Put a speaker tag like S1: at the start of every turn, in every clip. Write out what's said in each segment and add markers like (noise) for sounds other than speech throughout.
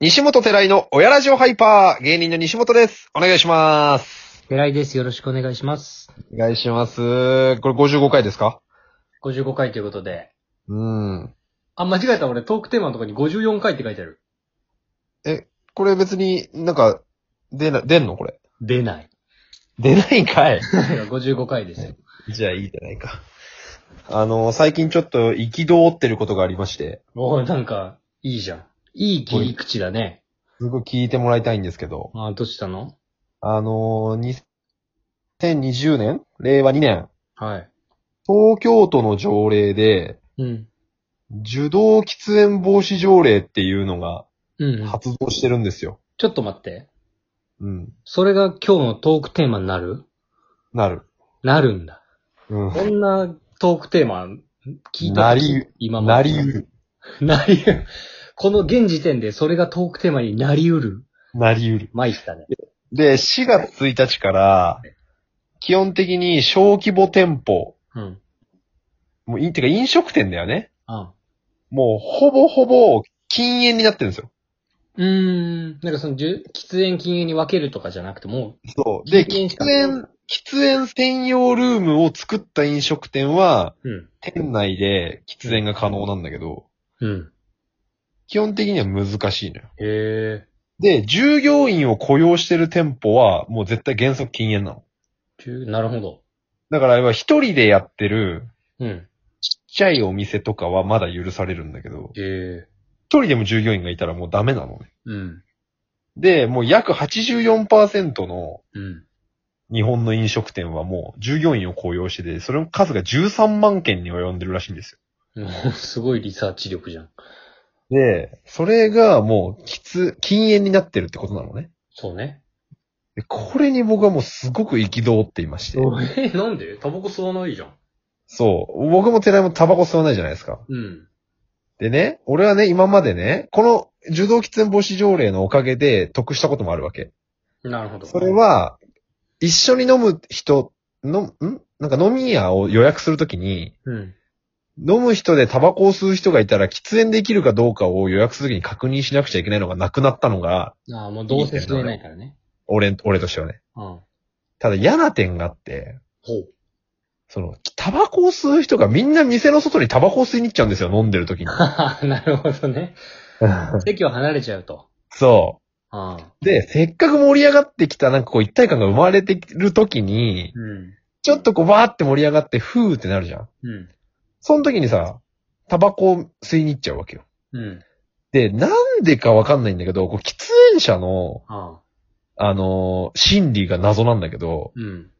S1: 西本寺井の親ラジオハイパー、芸人の西本です。お願いします。
S2: 寺井です。よろしくお願いします。
S1: お願いします。これ55回ですか
S2: 55回ということで。
S1: うん。
S2: あ、間違えた。俺トークテーマのとこに54回って書いてある。
S1: これ別になんか、出な、出んのこれ。
S2: 出ない。 (laughs)
S1: 出ないんかい。
S2: 55回ですよ。
S1: (laughs) じゃあいいじゃないか。あの、最近ちょっと行き通ってることがありまして、
S2: おい、なんか、いいじゃん。いい切り口だね。
S1: すごい聞いてもらいたいんですけど、
S2: あ、どうしたの
S1: あの、2020年令和2年、
S2: はい。
S1: 東京都の条例で、
S2: うん。
S1: 受動喫煙防止条例っていうのが
S2: うん。
S1: 発動してるんですよ。
S2: ちょっと待って。
S1: うん。
S2: それが今日のトークテーマになる
S1: なる。
S2: なるんだ。
S1: うん。
S2: こんなトークテーマ聞いた
S1: なりう
S2: 今ま
S1: な
S2: で
S1: りう。る。
S2: なりうる。この現時点でそれがトークテーマになりうる。
S1: なりうる。
S2: まいったね。
S1: で、4月1日から、基本的に小規模店舗、
S2: うん。
S1: もうい、てか飲食店だよね。
S2: あ
S1: もうほぼほぼ禁煙になってるんですよ。
S2: うーん。なんかその、じゅ喫煙禁煙に分けるとかじゃなくても
S1: そう。で、
S2: 禁煙
S1: 喫
S2: しか
S1: 煙、喫煙専用ルームを作った飲食店は、
S2: う、うん。
S1: 店内で喫煙が可能なんだけど、
S2: うん。
S1: 基本的には難しいのよ。
S2: へえ。
S1: で、従業員を雇用してる店舗は、もう絶対原則禁煙なの。
S2: ちゅなるほど。
S1: だから、要は一人でやってる、
S2: うん。
S1: ちっちゃいお店とかはまだ許されるんだけど、
S2: へえ。
S1: 一人でも従業員がいたらもうダメなのね。
S2: うん。
S1: で、もう約84%の
S2: うん。
S1: 日本の飲食店はもう従業員を雇用してて、それの数が13万件に及んでるらしいんです
S2: もう (laughs) すごいリサーチ力じゃん。
S1: よ。で、それがもうきつ、禁煙になってるってことなのね。
S2: そうね。
S1: でこれに僕はもうすごく憤っていまして。
S2: え、 (laughs) なんでタバコ吸わないじゃん。
S1: そう。僕も寺井もタバコ吸わないじゃないですか。
S2: うん。
S1: でね、俺はね、今までね、この受動喫煙防止条例のおかげで得したこともあるわけ。
S2: なるほど。
S1: それ、は、一緒に飲む人、の、んなんか飲み屋を予約するときに、
S2: うん。
S1: 飲む人でタバコを吸う人がいたら喫煙できるかどうかを予約するときに確認しなくちゃいけないのがなくなったのが、
S2: ああ、もうどうせ吸えないからね。
S1: 俺、俺としてはね。
S2: うん。ほ
S1: ただ嫌な点があって、
S2: う。
S1: その、タバコを吸う人がみんな店の外にタバコを吸いに行っちゃうんですよ、飲んでるときに。
S2: (laughs) なるほどね。席を離れちゃうと。
S1: そ
S2: ああ。
S1: う。で、せっかく盛り上がってきたなんかこう一体感が生まれてるときに、
S2: うん。
S1: ちょっとこうバーって盛り上がって、ふーってなるじゃん。
S2: うん。
S1: その時にさ、タバコを吸いに行っちゃうわけよ。
S2: うん。
S1: で、なんでかわかんないんだけど、こう喫煙者の、
S2: ああ。
S1: あのー心理が謎なんだけど、
S2: うん。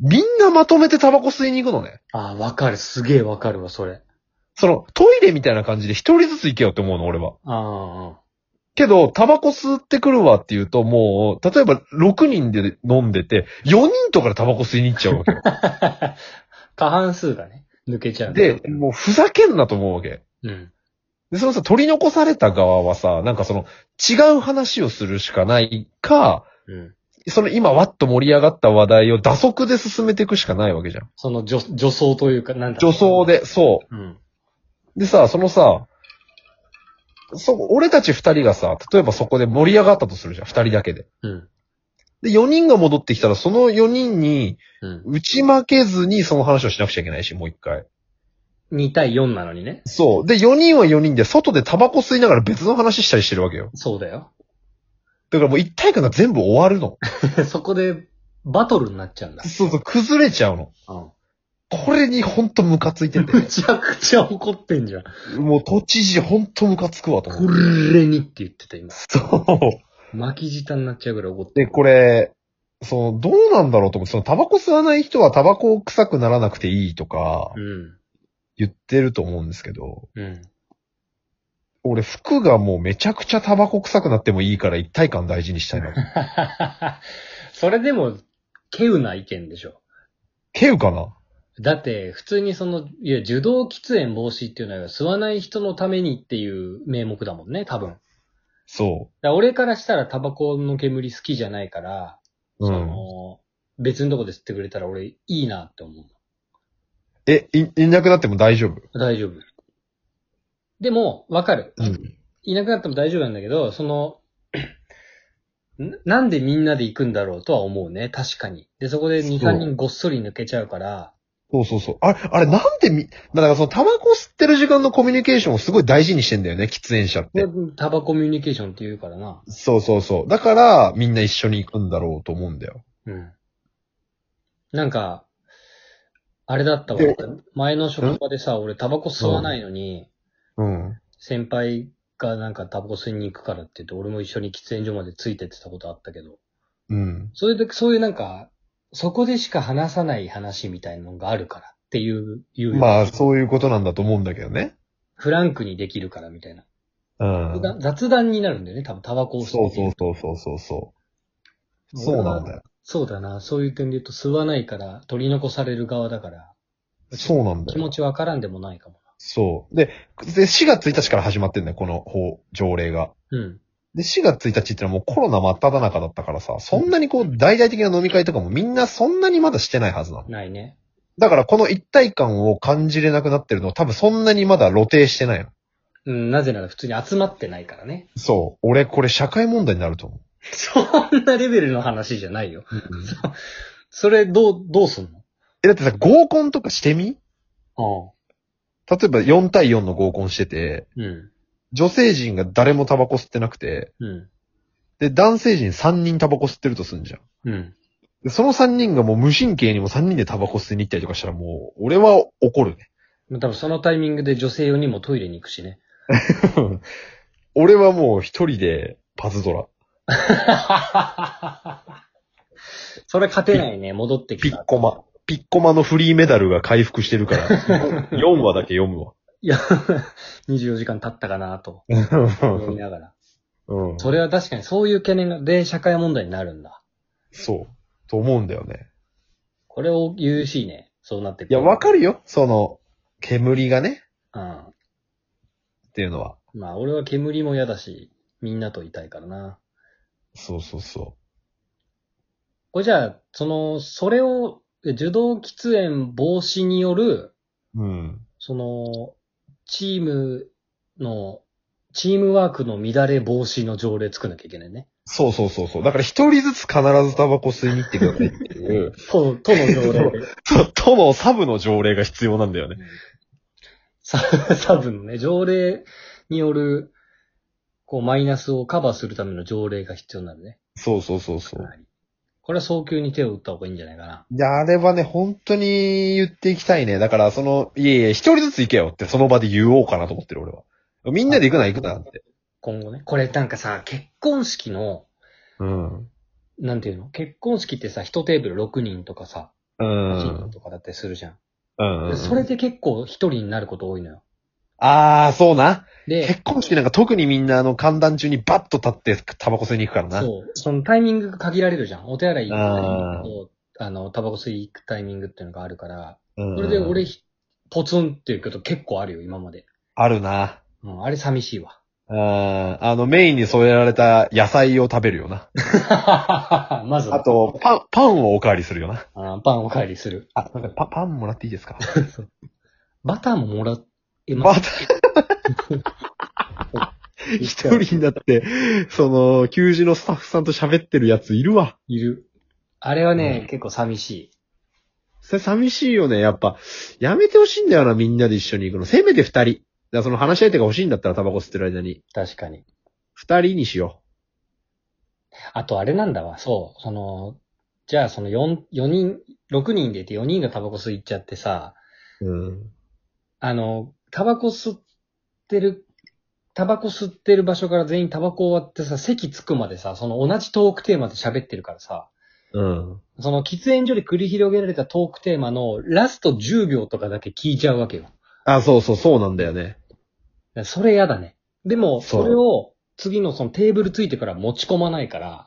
S1: みんなまとめてタバコ吸いに行くのね。
S2: ああ、わかる。すげえわかるわ、それ。
S1: その、トイレみたいな感じで一人ずつ行けよって思うの、俺は。
S2: ああ。
S1: けど、タバコ吸ってくるわって言うと、もう、例えば6人で飲んでて、4人とかでタバコ吸いに行っちゃうわけよ。
S2: (laughs) 過半数がね、抜けちゃう。
S1: で、もうふざけんなと思うわけ。
S2: うん。
S1: で、そのさ、取り残された側はさ、なんかその、違う話をするしかないか、
S2: うん。
S1: その今わっと盛り上がった話題を打足で進めていくしかないわけじゃん。
S2: その女、女装というか、なんだろ
S1: 女
S2: う
S1: 装。で、そ
S2: うん。
S1: う。でさ、そのさ、そう、俺たち二人がさ、例えばそこで盛り上がったとするじゃん、二人だけで。
S2: うん。
S1: で、四人が戻ってきたら、その四人に、
S2: うん。
S1: 打ち負けずにその話をしなくちゃいけないし、もう一回。
S2: 2対4なのにね。
S1: そう。で、四人は四人で、外でタバコ吸いながら別の話したりしてるわけよ。
S2: そうだよ。 (laughs)
S1: だからもう一体感が全部終わるの。
S2: そこで、バトルになっちゃうんだ。
S1: そうそう、崩れちゃうの。
S2: う
S1: これにほんとムカついて
S2: ん。
S1: て、
S2: むちゃくちゃ怒ってんじゃん。
S1: もう都知事ほんとムカつくわと思
S2: こ
S1: う。
S2: れにって言ってた、今。
S1: そ
S2: 巻き舌になっちゃうぐらい怒っ
S1: う。で、
S2: て
S1: これ、その、どうなんだろうと思って、その、タバコ吸わない人はタバコ臭くならなくていいとか、
S2: る。
S1: 言ってると思うんですけど、
S2: うん。うん。 (laughs)
S1: 俺、服がもうめちゃくちゃタバコ臭くなってもいいから一体感大事にしたい
S2: (laughs)
S1: な。
S2: それでも、稀有な意見でしょ。
S1: けうかな
S2: だって、普通にその、いや、受動喫煙防止っていうのは、吸わない人のためにっていう名目だもんね、多分。
S1: そ
S2: だから俺からしたらタバコの煙好きじゃないから、
S1: う。う
S2: そ
S1: ん。
S2: の、別のとこで吸ってくれたら俺いいなって思う。
S1: え、い、いなくなっても大丈夫
S2: 大丈夫。でも、わかる。
S1: うん。
S2: いなくなっても大丈夫なんだけど、その、 (clears throat) んなんでみんなで行くんだろうとは思うね。確かに。で、そこで2、
S1: そう
S2: 3人ごっそり抜けちゃうから、
S1: そうそうそう。あれ、あれなんでみ、だからそのタバコ吸ってる時間のコミュニケーションをすごい大事にしてんだよね、喫煙者って。
S2: タバコミュニケーションって言うからな。
S1: そうそうそう。だから、みんな一緒に行くんだろうと思うんだよ。
S2: うん。なんか、あれだったわ
S1: で。
S2: 前の職場でさ、俺タバコ吸わないのに、
S1: うん。
S2: 先輩がなんかタバコ吸いに行くからって言って、俺も一緒に喫煙所までついてってたことあったけど、
S1: うん。
S2: それで、そういうなんか、そこでしか話さない話みたいなのがあるからっていう、いうよ
S1: まあ、そういうことなんだと思うんだけどね。
S2: フランクにできるからみたいな。
S1: うん。
S2: 雑談になるんだよね、多分タバコを吸
S1: そうそうう。そうそうそうそう。そうなんだよ。
S2: そうだな、そういう点で言うと吸わないから取り残される側だから、
S1: そうなんだ
S2: 気持
S1: よ。
S2: ちわからんでもないかも
S1: そう。で、で、4月1日から始まってんだよ、この法、条例が。
S2: な。うん。
S1: で、4月1日ってのはもうコロナ真っ只中だったからさ、そんなにこう、大々的な飲み会とかもみんなそんなにまだしてないはずなの。
S2: ないね。
S1: だからこの一体感を感じれなくなってるのは多分そんなにまだ露呈してないの。
S2: うん、なぜなら普通に集まってないか
S1: (laughs)
S2: らね。
S1: そう。俺これ社会問題になると思う。
S2: そんなレベルの話じゃないよ。 (laughs) それ、どう、どうすんの
S1: え、だってさ、合コンとかしてみ
S2: ああ。
S1: 例えば4対4の合コンしてて、
S2: うん。
S1: 女性陣が誰もタバコ吸ってなくて、
S2: う
S1: で、男性陣3人タバコ吸ってるとすんじゃん。
S2: ん。うん。
S1: でその3人がもう無神経にも3人でタバコ吸いに行ったりとかしたらもう、俺は怒るね。 (laughs)
S2: まあ多分そのタイミングで女性用にもトイレに行くしね。
S1: 俺はもう一人でパズドラ。
S2: それ勝てないね、戻って
S1: ピ
S2: き
S1: ッ
S2: た。
S1: コマ。ピッコマのフリーメダルが回復してるから、4話だ (laughs) け読むわ。
S2: いや、24時間経ったかなと思いながら。
S1: うん
S2: それは確かにそういう懸念がで社会問題になるんだ。
S1: そう。と思うんだよね。
S2: これを優しいね、そうなってく
S1: いや、わかるよ。その、煙がね、
S2: うん。
S1: っていうのは。
S2: まあ俺は煙も嫌だし、みんなといたいからな。
S1: そうそうそ
S2: これじゃあ、その、それを、え受動喫煙防止による、
S1: う。うん。
S2: その、チームの、チームワークの乱れ防止の条例作んなきゃいけないね。
S1: そうそうそうそう。だから一人ずつ必ずタバコ吸いに行ってくださいっていう、
S2: と、との条例。
S1: そう都のサブの条例が必要なんだよね。
S2: ササブのね、条例による、こう、マイナスをカバーするための条例が必要になるね。
S1: そうそうそうそう。
S2: はいこれは早急に手を打った方がいいんじゃないかな。
S1: いや、あれはね、本当に言っていきたいね。だから、その、いえいえ、一人ずつ行けよってその場で言おうかなと思ってる、俺は。みんなで行くな、行くなって。
S2: 今後ね。これなんかさ、結婚式の、
S1: うん。
S2: なんていうの結婚式ってさ、一テーブル6人とかさ、
S1: う
S2: 8人
S1: ん。
S2: とかだったりするじゃん。
S1: うんうん。
S2: それで結構一人になること多いのよ。
S1: ああ、そうな。
S2: で
S1: 結、婚式なんか特にみんなあの、寒暖中にバッと立ってタバコ吸いに行くからな。
S2: そう、そのタイミングが限られるじゃん。お手洗い行くタイ
S1: あー
S2: ミングと、あの、タバコ吸い行くタイミングっていうのがあるから、
S1: うん
S2: それで俺、ひポツンっていうこと結構あるよ、今まで。
S1: あるな。
S2: うん、あれ寂し
S1: (laughs)
S2: いわ。
S1: あーあの、メインに添えられた野菜を食べるよな。
S2: まずは
S1: あと、パン、パンをおかわりするよな。
S2: あパンお帰りする。
S1: あ、なんかパ、パンもらっていいですか
S2: バターももらえ
S1: ま
S2: ま
S1: た
S2: す。、
S1: 一人になって、その、給仕のスタッフさんと喋ってるやついるわ。
S2: いる。あれはね、
S1: うん
S2: 結構寂しい。
S1: それ寂しいよね。やっぱ、やめてほしいんだよな、みんなで一緒に行くの。せめて二人。だからその話し相手が欲しいんだったらタバコ吸ってる間に。
S2: 確かに。
S1: 二人にしよ
S2: あとあれなんだわ、そう。その、じゃあその4、4人、6人でいて4人がタバコ吸いっちゃってさ、
S1: う。うん。
S2: あの、タバコ吸ってる、タバコ吸ってる場所から全員タバコ終わってさ、席着くまでさ、その同じトークテーマで喋ってるからさ、
S1: うん。
S2: その喫煙所で繰り広げられたトークテーマのラスト10秒とかだけ聞いちゃうわけよ。だか
S1: あ、そうそう、そうなんだよね。
S2: らそれやだね。でも、
S1: そう
S2: それを次のそのテーブルついてから持ち込まないから、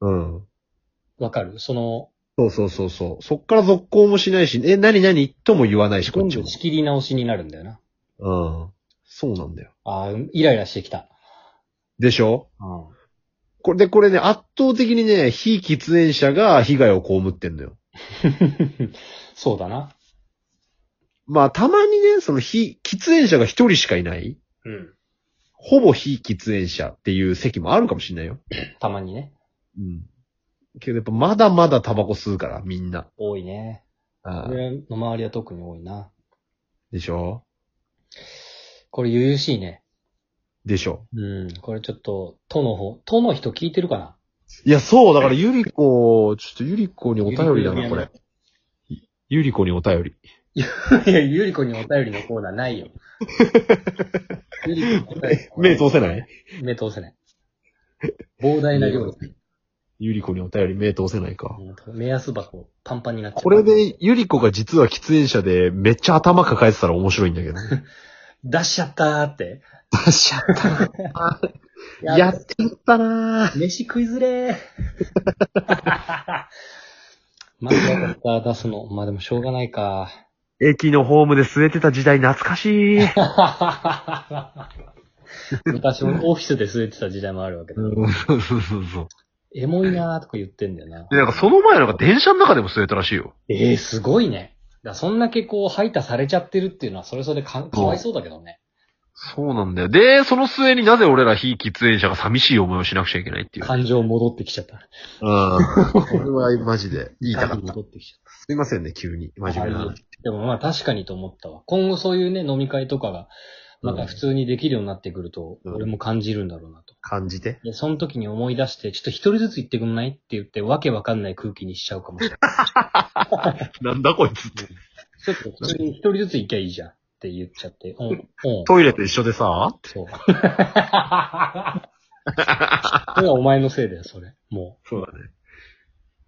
S1: うん。
S2: わかるその、
S1: そうそうそうそう。そっから続行もしないし、え、何何とも言わないし、こ
S2: 全
S1: っち
S2: 部
S1: も。
S2: 仕切り直しになるんだよな。
S1: うん。そうなんだよ。
S2: ああ、イライラしてきた。
S1: でしょ
S2: うん。
S1: これで、これね、圧倒的にね、非喫煙者が被害を被ってんのよ。
S2: (laughs) そうだな。
S1: まあ、たまにね、その非喫煙者が一人しかいない、
S2: うん。
S1: ほぼ非喫煙者っていう席もあるかもしれないよ。
S2: たまにね。
S1: うん。けどやっぱまだまだタバコ吸うから、みんな。
S2: 多いね。
S1: ああ
S2: 俺の周りは特に多いな。
S1: でしょ
S2: これ、悠々しいね。
S1: でしょ。
S2: うん。これちょっと、都の方、都の人聞いてるかない
S1: や、そう、だからゆりこ、ちょっとゆりこにお便りだな、これ。ゆりこにお便り。
S2: (laughs) いや、ゆりこにお便りのコーナーない (laughs) よ。ゆりこにお便り
S1: (laughs) 目通せない
S2: 目通せない。膨大な量。
S1: ゆりこにお便り目通せないか。
S2: 目安箱、パンパンになっちゃう。
S1: これで、ゆりこが実は喫煙者で、めっちゃ頭抱えてたら面白いんだけど。
S2: 出しちゃったーって。
S1: 出しちゃった。 (laughs) やっちゃったな
S2: 飯食いずれー。まずやった、出すの。まあでもしょうがないか。
S1: 駅のホームで据えてた時代懐かしい。
S2: 昔もオフィスで据えてた時代もあるわけだ。
S1: そうそうそうそう。
S2: エモいなーとか言ってんだよな。
S1: (laughs) で、なんかその前なんか電車の中でも据えたらしいよ。
S2: ええすごいね。だからそんだけこう、排他されちゃってるっていうのは、それそれかかわいそうだけどね。
S1: そうなんだよ。で、その末になぜ俺ら非喫煙者が寂しい思いをしなくちゃいけないって (laughs) いう。
S2: 感情戻ってきちゃった。
S1: ああ、これはマジで言いたかった。
S2: 戻ってきちゃった。
S1: すいませんね、急に。真面目な話。
S2: でもまあ確かにと思ったわ。今後そういうね、飲み会とかが、なんか普通にできるようになってくると、
S1: うん
S2: 俺も感じるんだろうなと。
S1: 感じて。
S2: で、その時に思い出して、ちょっと一人ずつ行ってくんないって言って、わけわかんない空気にしちゃうかもしれない。
S1: なんだこいつって。
S2: ちょっと普通に一人ずつ行きゃいいじゃんって言っちゃって、うん、うん。
S1: トイレと一緒でさ、
S2: そう。それはお前のせいだよ、それ。も
S1: そうだね。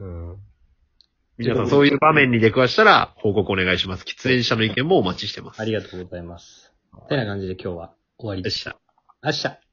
S1: うん。皆さんそういう場面に出くわしたら報告お願いします。喫煙者の意見もお待ちしてま
S2: う。
S1: す。
S2: あり
S1: が
S2: がとうございます。てな感じで今日は終わり
S1: とうございま
S2: で
S1: し
S2: す。
S1: た。
S2: 明日。